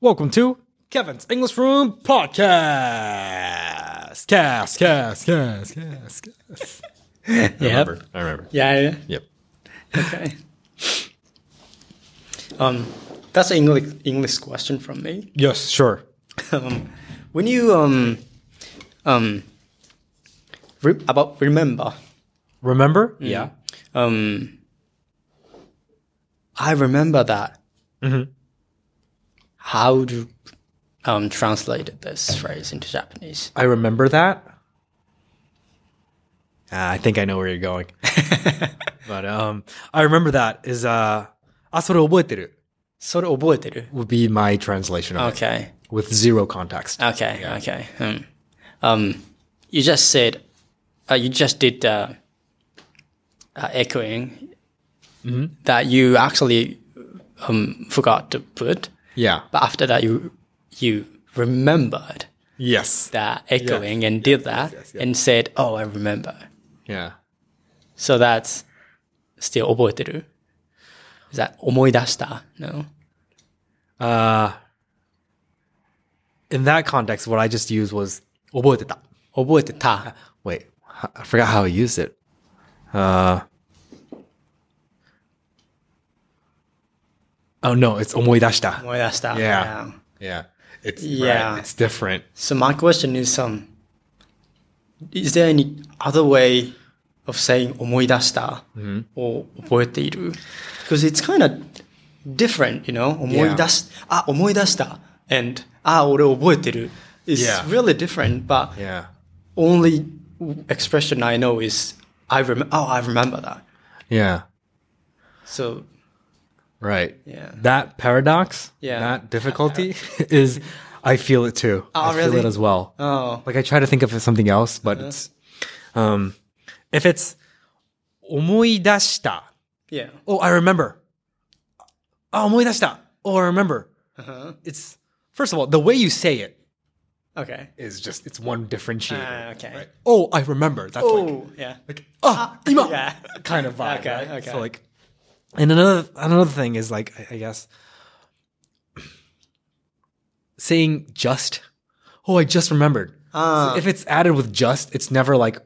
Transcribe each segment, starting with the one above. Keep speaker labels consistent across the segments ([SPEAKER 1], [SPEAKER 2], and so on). [SPEAKER 1] Welcome to Kevin's English Room Podcast. Cast, cast, cast, cast, cast. I remember. I remember.
[SPEAKER 2] Yeah, yeah.
[SPEAKER 1] Yep.
[SPEAKER 2] Okay. Um, that's an English English question from me.
[SPEAKER 1] Yes, sure.
[SPEAKER 2] Um, when you um um re- about remember
[SPEAKER 1] Remember? Yeah.
[SPEAKER 2] um I remember that.
[SPEAKER 1] Mm-hmm.
[SPEAKER 2] How do um translate this phrase into Japanese?
[SPEAKER 1] I remember that. Uh, I think I know where you're going. but um, I remember that is uh, あそれ覚えてる
[SPEAKER 2] それ覚えてる?
[SPEAKER 1] would be my translation of it
[SPEAKER 2] Okay.
[SPEAKER 1] with zero context.
[SPEAKER 2] Okay, okay. Um, um, you just said, uh, you just did uh, uh, echoing
[SPEAKER 1] Mm-hmm.
[SPEAKER 2] that you actually um, forgot to put,
[SPEAKER 1] Yeah.
[SPEAKER 2] but after that you you remembered
[SPEAKER 1] Yes.
[SPEAKER 2] that echoing and did that
[SPEAKER 1] yes, yes.
[SPEAKER 2] and said, "Oh, I remember."
[SPEAKER 1] Yeah.
[SPEAKER 2] So that's still 覚えてる? Is that 思い出した? No.
[SPEAKER 1] Uh, in that context, what I just used was 覚えてた
[SPEAKER 2] 覚えてた.
[SPEAKER 1] Wait, h- I forgot how I used it. Uh, oh no, it's 思い出した
[SPEAKER 2] 思い出した.
[SPEAKER 1] Yeah. Yeah, it's
[SPEAKER 2] Yeah.
[SPEAKER 1] it's different.
[SPEAKER 2] So my question is, um, is there any other way of saying 思い出した
[SPEAKER 1] Mm-hmm.
[SPEAKER 2] or 覚えている? Because it's kind of different, you know. 思い出し, ah, 思い出した and ah, 俺覚えてる is
[SPEAKER 1] Yeah.
[SPEAKER 2] really different. But
[SPEAKER 1] Yeah,
[SPEAKER 2] only expression I know is I rem- oh I remember that.
[SPEAKER 1] yeah,
[SPEAKER 2] So
[SPEAKER 1] right.
[SPEAKER 2] Yeah.
[SPEAKER 1] that paradox,
[SPEAKER 2] Yeah.
[SPEAKER 1] that difficulty is, I feel it too. I feel
[SPEAKER 2] really?
[SPEAKER 1] it as well.
[SPEAKER 2] oh Uh-huh.
[SPEAKER 1] Like I try to think of something else, but it's, um, if it's 思い出した
[SPEAKER 2] yeah
[SPEAKER 1] oh, I remember. Oh, 思い出した oh, I remember.
[SPEAKER 2] Uh-huh.
[SPEAKER 1] It's first of all the way you say it
[SPEAKER 2] okay
[SPEAKER 1] is just it's one differentiator.
[SPEAKER 2] Ah, okay.
[SPEAKER 1] right? Oh, I remember. That's like
[SPEAKER 2] oh yeah
[SPEAKER 1] like ah, ima
[SPEAKER 2] yeah.
[SPEAKER 1] kind of vibe.
[SPEAKER 2] Okay,
[SPEAKER 1] right?
[SPEAKER 2] okay.
[SPEAKER 1] So like, and another another thing is like I, I guess saying just. Oh, I just remembered.
[SPEAKER 2] Ah.
[SPEAKER 1] So if it's added with just, it's never like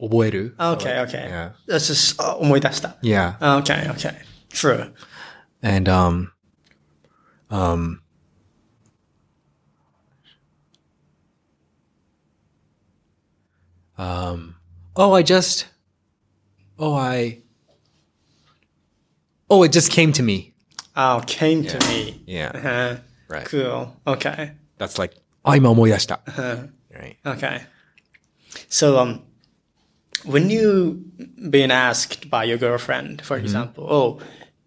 [SPEAKER 1] 覚える
[SPEAKER 2] okay okay
[SPEAKER 1] yeah.
[SPEAKER 2] that's just ah, 思い出した
[SPEAKER 1] Yeah.
[SPEAKER 2] okay okay true
[SPEAKER 1] and um um um oh i just oh i oh it just came to me
[SPEAKER 2] Oh, came to me.
[SPEAKER 1] yeah
[SPEAKER 2] Uh,
[SPEAKER 1] right
[SPEAKER 2] cool. Okay.
[SPEAKER 1] that's like i omoidashita right
[SPEAKER 2] Okay. So, um, when you being asked by your girlfriend, for example, oh,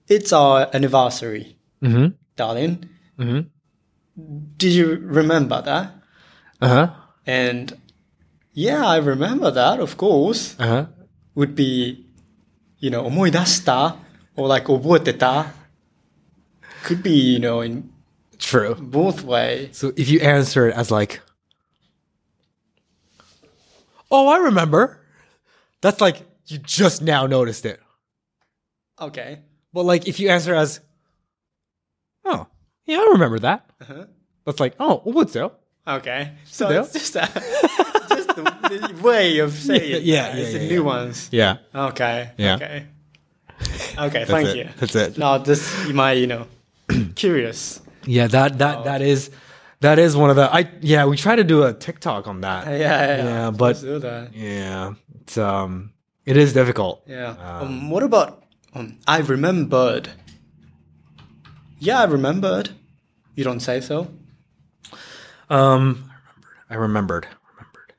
[SPEAKER 2] it's our anniversary,
[SPEAKER 1] Mhm.
[SPEAKER 2] darling. Did you remember that?
[SPEAKER 1] uh-huh
[SPEAKER 2] And yeah, I remember that, of course.
[SPEAKER 1] uh-huh
[SPEAKER 2] Would be, you know, 思い出した or like 覚えてた. Could be, you know, in
[SPEAKER 1] true
[SPEAKER 2] both way.
[SPEAKER 1] so if you answer it as like oh i remember that's like you just now noticed it
[SPEAKER 2] Okay.
[SPEAKER 1] But like if you answer as, oh yeah, I remember that.
[SPEAKER 2] Uh-huh.
[SPEAKER 1] That's like oh what's so?
[SPEAKER 2] Okay. So
[SPEAKER 1] Yeah.
[SPEAKER 2] it's just a, just the, the way of saying it.
[SPEAKER 1] yeah, yeah,
[SPEAKER 2] Uh, It's
[SPEAKER 1] yeah,
[SPEAKER 2] a
[SPEAKER 1] yeah.
[SPEAKER 2] nuance.
[SPEAKER 1] Yeah.
[SPEAKER 2] Okay.
[SPEAKER 1] Yeah.
[SPEAKER 2] Okay. Okay, thank
[SPEAKER 1] it.
[SPEAKER 2] you.
[SPEAKER 1] That's it.
[SPEAKER 2] No, this my, you know, curious.
[SPEAKER 1] Yeah. That that that is that is one of the I yeah we try to do a TikTok on that.
[SPEAKER 2] Yeah, yeah.
[SPEAKER 1] Yeah, but-
[SPEAKER 2] Let's do that.
[SPEAKER 1] Yeah. It's um it is difficult.
[SPEAKER 2] Yeah.
[SPEAKER 1] Ah.
[SPEAKER 2] Um, what about um, I remembered? Yeah, I remembered. You don't say so?
[SPEAKER 1] Um, I remembered. I remembered.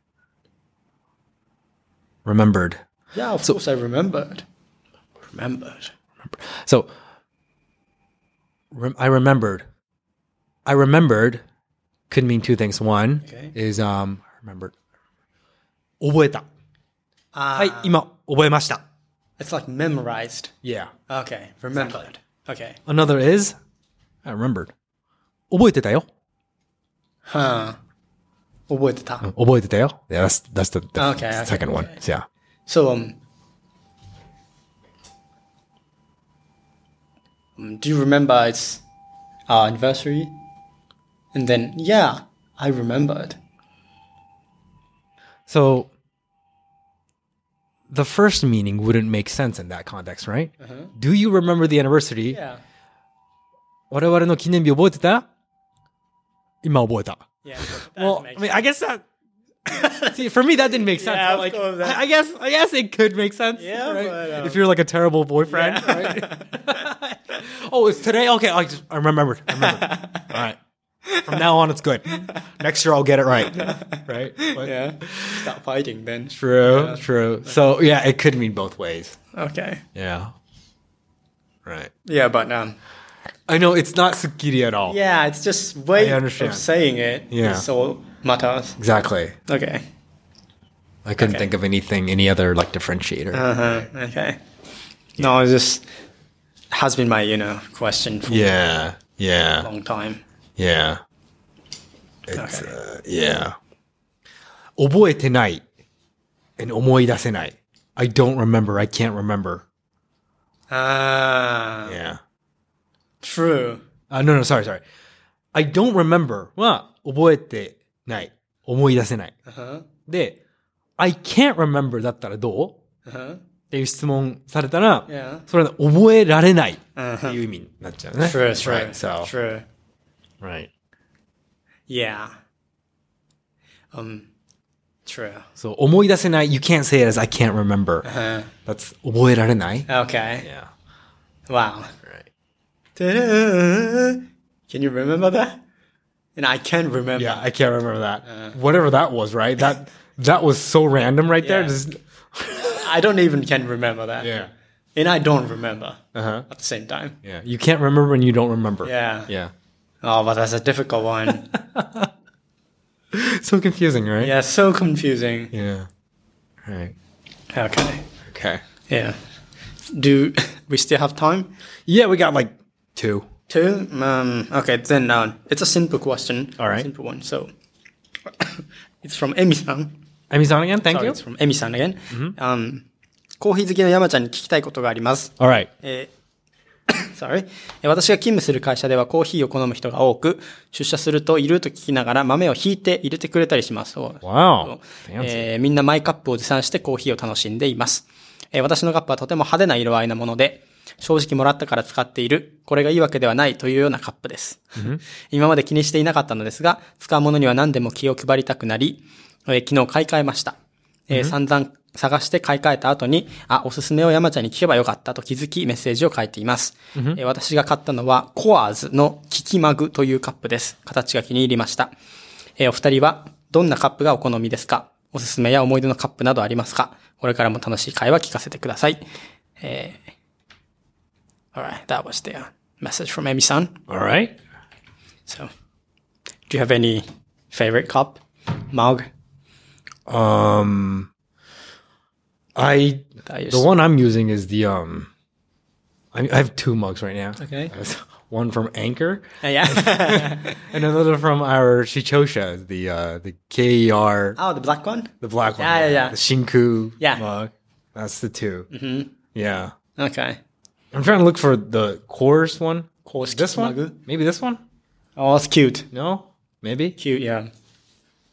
[SPEAKER 1] Remembered. Remembered.
[SPEAKER 2] Yeah, of course I remembered. Remembered.
[SPEAKER 1] So rem- I remembered. I remembered could mean two things. One
[SPEAKER 2] Okay.
[SPEAKER 1] is um I remembered. 覚えた。
[SPEAKER 2] Ah,
[SPEAKER 1] はい、今覚えました。
[SPEAKER 2] It's like memorized.
[SPEAKER 1] Yeah.
[SPEAKER 2] Okay, remembered. Okay.
[SPEAKER 1] Another is I remembered. 覚えてたよ。
[SPEAKER 2] Huh. 覚えてた。
[SPEAKER 1] 覚えてたよ。Yeah, that's that's the, the
[SPEAKER 2] Okay, okay,
[SPEAKER 1] second one.
[SPEAKER 2] okay.
[SPEAKER 1] Yeah.
[SPEAKER 2] So, um, um, do you remember its uh, anniversary? and then, yeah, I remembered.
[SPEAKER 1] So the first meaning wouldn't make sense in that context, right?
[SPEAKER 2] Uh-huh.
[SPEAKER 1] Do you remember the anniversary?
[SPEAKER 2] Yeah.
[SPEAKER 1] 我々の記念日覚えてた今覚えた。
[SPEAKER 2] Yeah.
[SPEAKER 1] Well, I mean, I guess that. See, for me, that didn't make sense. but
[SPEAKER 2] Yeah, of
[SPEAKER 1] like,
[SPEAKER 2] course, that-
[SPEAKER 1] I, I guess, I guess it could make sense.
[SPEAKER 2] Yeah,
[SPEAKER 1] right?
[SPEAKER 2] but, um,
[SPEAKER 1] if you're like a terrible boyfriend. Right? oh, it's today. Okay, I just I remembered. I remembered. All right. From now on, it's good. Next year, I'll get it right. Right. But-
[SPEAKER 2] yeah. Start fighting then.
[SPEAKER 1] True. True. So yeah, it could mean both ways.
[SPEAKER 2] Okay.
[SPEAKER 1] Yeah. Right.
[SPEAKER 2] Yeah, but um,
[SPEAKER 1] I know it's not sukiri at all.
[SPEAKER 2] yeah, it's just way
[SPEAKER 1] I
[SPEAKER 2] of
[SPEAKER 1] understand.
[SPEAKER 2] saying it.
[SPEAKER 1] Yeah.
[SPEAKER 2] It's all matters.
[SPEAKER 1] Exactly.
[SPEAKER 2] Okay.
[SPEAKER 1] I couldn't
[SPEAKER 2] Okay.
[SPEAKER 1] think of anything, any other like differentiator.
[SPEAKER 2] Uh huh. Okay. No, it's just has been my you know question for
[SPEAKER 1] yeah. Yeah.
[SPEAKER 2] a long time.
[SPEAKER 1] Yeah. It's, uh, yeah. 覚えてない。and 思い出せない。I don't remember. I can't remember.
[SPEAKER 2] Ah,
[SPEAKER 1] Yeah.
[SPEAKER 2] true.
[SPEAKER 1] Uh, no, no, sorry, sorry. I don't remember は覚えてない。思い出せない。
[SPEAKER 2] Uh huh.
[SPEAKER 1] で、I can't remember だったらどう
[SPEAKER 2] Uh huh.
[SPEAKER 1] っていう質問されたら、
[SPEAKER 2] Yeah. Uh-huh.
[SPEAKER 1] それは覚えられないって
[SPEAKER 2] うん
[SPEAKER 1] いう意味になっちゃうね。
[SPEAKER 2] True. True.
[SPEAKER 1] Right, so,
[SPEAKER 2] True.
[SPEAKER 1] right.
[SPEAKER 2] Yeah. Um. True.
[SPEAKER 1] So, 思い出せない。You can't say it as I can't remember.
[SPEAKER 2] Uh,
[SPEAKER 1] That's 覚えられない。
[SPEAKER 2] okay.
[SPEAKER 1] Yeah.
[SPEAKER 2] Wow.
[SPEAKER 1] Right.
[SPEAKER 2] Ta-da! Can you remember that? And I can remember.
[SPEAKER 1] Yeah, I can't remember that. Whatever that was, right? That that was so random right there.
[SPEAKER 2] Yeah.
[SPEAKER 1] Just,
[SPEAKER 2] I don't even can remember that.
[SPEAKER 1] yeah.
[SPEAKER 2] And I don't remember
[SPEAKER 1] Uh-huh.
[SPEAKER 2] at the same time.
[SPEAKER 1] Yeah. You can't remember and you don't remember.
[SPEAKER 2] Yeah.
[SPEAKER 1] Yeah.
[SPEAKER 2] Oh, but that's a difficult one.
[SPEAKER 1] So confusing, right?
[SPEAKER 2] yeah, so confusing.
[SPEAKER 1] Yeah. Right.
[SPEAKER 2] Okay.
[SPEAKER 1] Okay.
[SPEAKER 2] Yeah. Do we still have time?
[SPEAKER 1] Yeah, we got like two.
[SPEAKER 2] Two? Um, okay, then uh, it's a simple question.
[SPEAKER 1] All right.
[SPEAKER 2] Simple one. So it's from Emi-san.
[SPEAKER 1] Emmy's on again. Thank
[SPEAKER 2] Sorry,
[SPEAKER 1] you.
[SPEAKER 2] it's from Emi-san again. Um, コーヒー好きの山ちゃんに聞きたいことがあります。
[SPEAKER 1] All right.
[SPEAKER 2] えー sorry えー私が勤務する会社ではコーヒーを好む人が多く、出社するといると聞きながら豆をひいて入れてくれたりします。
[SPEAKER 1] Wow.
[SPEAKER 2] えーみんなマイカップを持参してコーヒーを楽しんでいます。えー私のカップはとても派手な色合いなもので、正直もらったから使っている、これがいいわけではないというようなカップです。 今まで気にしていなかったのですが、使うものには何でも気を配りたくなり、えー昨日買い替えました。えー散々探して買い替えた後に、あ、おすすめを山ちゃんに聞けばよかったと気づきメッセージを書いています。えー私が買ったのは、コアーズのキキマグというカップです。形が気に入りました。えーお二人はどんなカップがお好みですかおすすめや思い出のカップなどありますかこれからも楽しい会話聞かせてください。えー Alright, that was the uh, message from Amy-san.
[SPEAKER 1] All right.
[SPEAKER 2] So, do you have any favorite cup? Mug?
[SPEAKER 1] Um, I
[SPEAKER 2] That is-
[SPEAKER 1] the one I'm using is the um. I, I have two mugs right now.
[SPEAKER 2] Okay.
[SPEAKER 1] I have One from Anchor
[SPEAKER 2] Uh, yeah.
[SPEAKER 1] and another from our Shichosha, the uh, the KER,
[SPEAKER 2] oh, the black one?
[SPEAKER 1] the black one.
[SPEAKER 2] Yeah, yeah, yeah.
[SPEAKER 1] The Shinku
[SPEAKER 2] Yeah.
[SPEAKER 1] mug. That's the 2 Mm-hmm. Yeah.
[SPEAKER 2] Okay.
[SPEAKER 1] I'm trying to look for the chorus one.
[SPEAKER 2] Chorus
[SPEAKER 1] This one?
[SPEAKER 2] Magu?
[SPEAKER 1] Maybe this one?
[SPEAKER 2] Oh, it's cute.
[SPEAKER 1] No? Maybe?
[SPEAKER 2] Cute, yeah.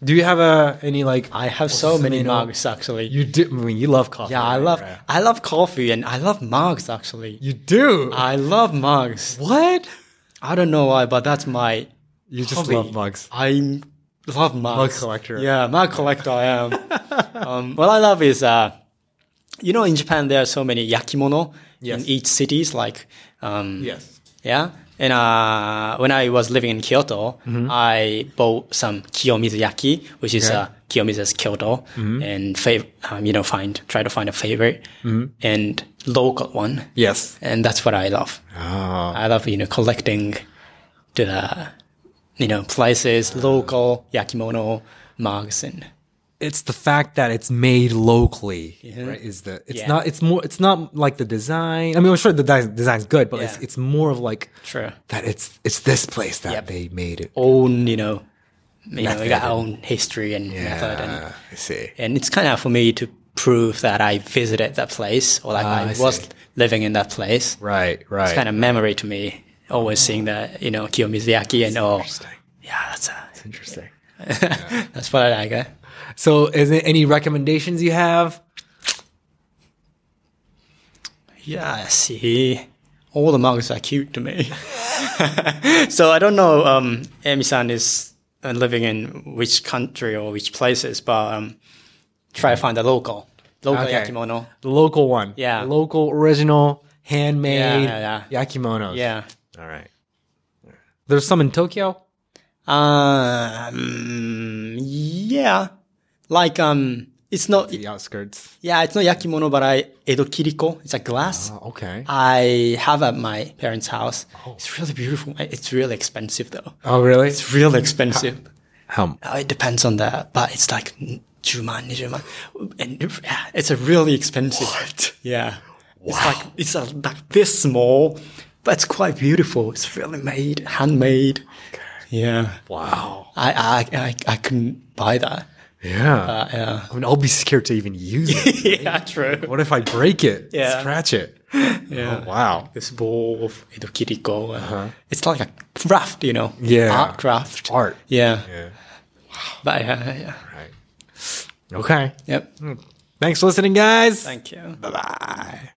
[SPEAKER 1] Do you have uh, any like.
[SPEAKER 2] I have so many
[SPEAKER 1] Smino.
[SPEAKER 2] mugs, actually.
[SPEAKER 1] You do. I mean, you love coffee.
[SPEAKER 2] yeah, I
[SPEAKER 1] right?
[SPEAKER 2] love,
[SPEAKER 1] Right.
[SPEAKER 2] I love coffee and I love mugs, actually.
[SPEAKER 1] You do?
[SPEAKER 2] I love mugs.
[SPEAKER 1] what?
[SPEAKER 2] I don't know why, but that's my
[SPEAKER 1] You just
[SPEAKER 2] Hobby.
[SPEAKER 1] love mugs.
[SPEAKER 2] I love mugs. Mug
[SPEAKER 1] collector.
[SPEAKER 2] Yeah, mug collector. I am. um, what I love is, uh, you know, in Japan there are so many yakimono
[SPEAKER 1] Yes.
[SPEAKER 2] in each cities. Like, um,
[SPEAKER 1] Yes.
[SPEAKER 2] yeah. And uh, when I was living in Kyoto,
[SPEAKER 1] Mm-hmm.
[SPEAKER 2] I bought some kiyomizuyaki, which is
[SPEAKER 1] Okay.
[SPEAKER 2] uh, Kiyomizu's Kyoto,
[SPEAKER 1] Mm-hmm.
[SPEAKER 2] and fav- um, you know, find try to find a favorite
[SPEAKER 1] Mm-hmm.
[SPEAKER 2] and local one,
[SPEAKER 1] Yes.
[SPEAKER 2] and that's what I love.
[SPEAKER 1] Oh.
[SPEAKER 2] I love you know collecting the you know places, local yakimono mugs, and
[SPEAKER 1] It's the fact that it's made locally, right? Is the it's
[SPEAKER 2] Yeah.
[SPEAKER 1] not it's more it's not like the design. I mean, I'm sure the di- design's good, but it's
[SPEAKER 2] Yeah.
[SPEAKER 1] it's more of like
[SPEAKER 2] true
[SPEAKER 1] that it's it's this place that
[SPEAKER 2] Yep.
[SPEAKER 1] they made it.
[SPEAKER 2] own you know you know we
[SPEAKER 1] Method.
[SPEAKER 2] got our own history and method, and,
[SPEAKER 1] Yeah, I see.
[SPEAKER 2] and it's kind of for me to prove that I visited that place or like
[SPEAKER 1] Ah, I
[SPEAKER 2] I
[SPEAKER 1] see.
[SPEAKER 2] was living in that place.
[SPEAKER 1] Right, right.
[SPEAKER 2] Kind of memory to me, always seeing that you know Kiyomizuyaki and oh Yeah, that's a,
[SPEAKER 3] It's interesting.
[SPEAKER 2] that's what I like. Eh?
[SPEAKER 1] So, is there any recommendations you have?
[SPEAKER 2] Yeah, see, all the mugs are cute to me. so I don't know, um, Amy-san is uh, living in which country or which places, but um, try to find a local, local
[SPEAKER 1] Okay.
[SPEAKER 2] yakimono.
[SPEAKER 1] The local one.
[SPEAKER 2] Yeah.
[SPEAKER 1] The local original handmade
[SPEAKER 2] Yeah, yeah,
[SPEAKER 1] yakimonos.
[SPEAKER 2] Yeah.
[SPEAKER 3] All right.
[SPEAKER 1] There's some in Tokyo.
[SPEAKER 2] Um, yeah, like um, it's not.
[SPEAKER 1] The outskirts.
[SPEAKER 2] Yeah, it's not yakimono, but I edo kiriko. It's a glass.
[SPEAKER 1] Oh, okay.
[SPEAKER 2] I have at my parents' house. It's really beautiful. It's really expensive though.
[SPEAKER 1] Oh, really?
[SPEAKER 2] It's really expensive.
[SPEAKER 1] How?
[SPEAKER 2] Uh, it depends on that, but it's like 10万、20万。And yeah, it's a really expensive. What? Yeah. It's like, it's a, like this small, but it's quite beautiful. It's really made, handmade. Yeah.
[SPEAKER 1] Wow.
[SPEAKER 2] I, I, I, I couldn't buy that.
[SPEAKER 1] Yeah.
[SPEAKER 2] Uh, yeah.
[SPEAKER 1] I mean, I'll be scared to even use it.
[SPEAKER 2] yeah, true.
[SPEAKER 1] what if I break it?
[SPEAKER 2] Yeah.
[SPEAKER 1] Scratch it.
[SPEAKER 2] Yeah.
[SPEAKER 1] Oh, wow. Uh-huh.
[SPEAKER 2] This ball of Edo Kiriko. uh, It's like a craft, you know?
[SPEAKER 1] Yeah.
[SPEAKER 2] Art craft.
[SPEAKER 1] Art.
[SPEAKER 2] Yeah.
[SPEAKER 1] Yeah.
[SPEAKER 2] But yeah, yeah.
[SPEAKER 1] Right. Okay.
[SPEAKER 2] Yep. Hmm.
[SPEAKER 1] Thanks for listening, guys.
[SPEAKER 2] Thank you.
[SPEAKER 1] Bye bye.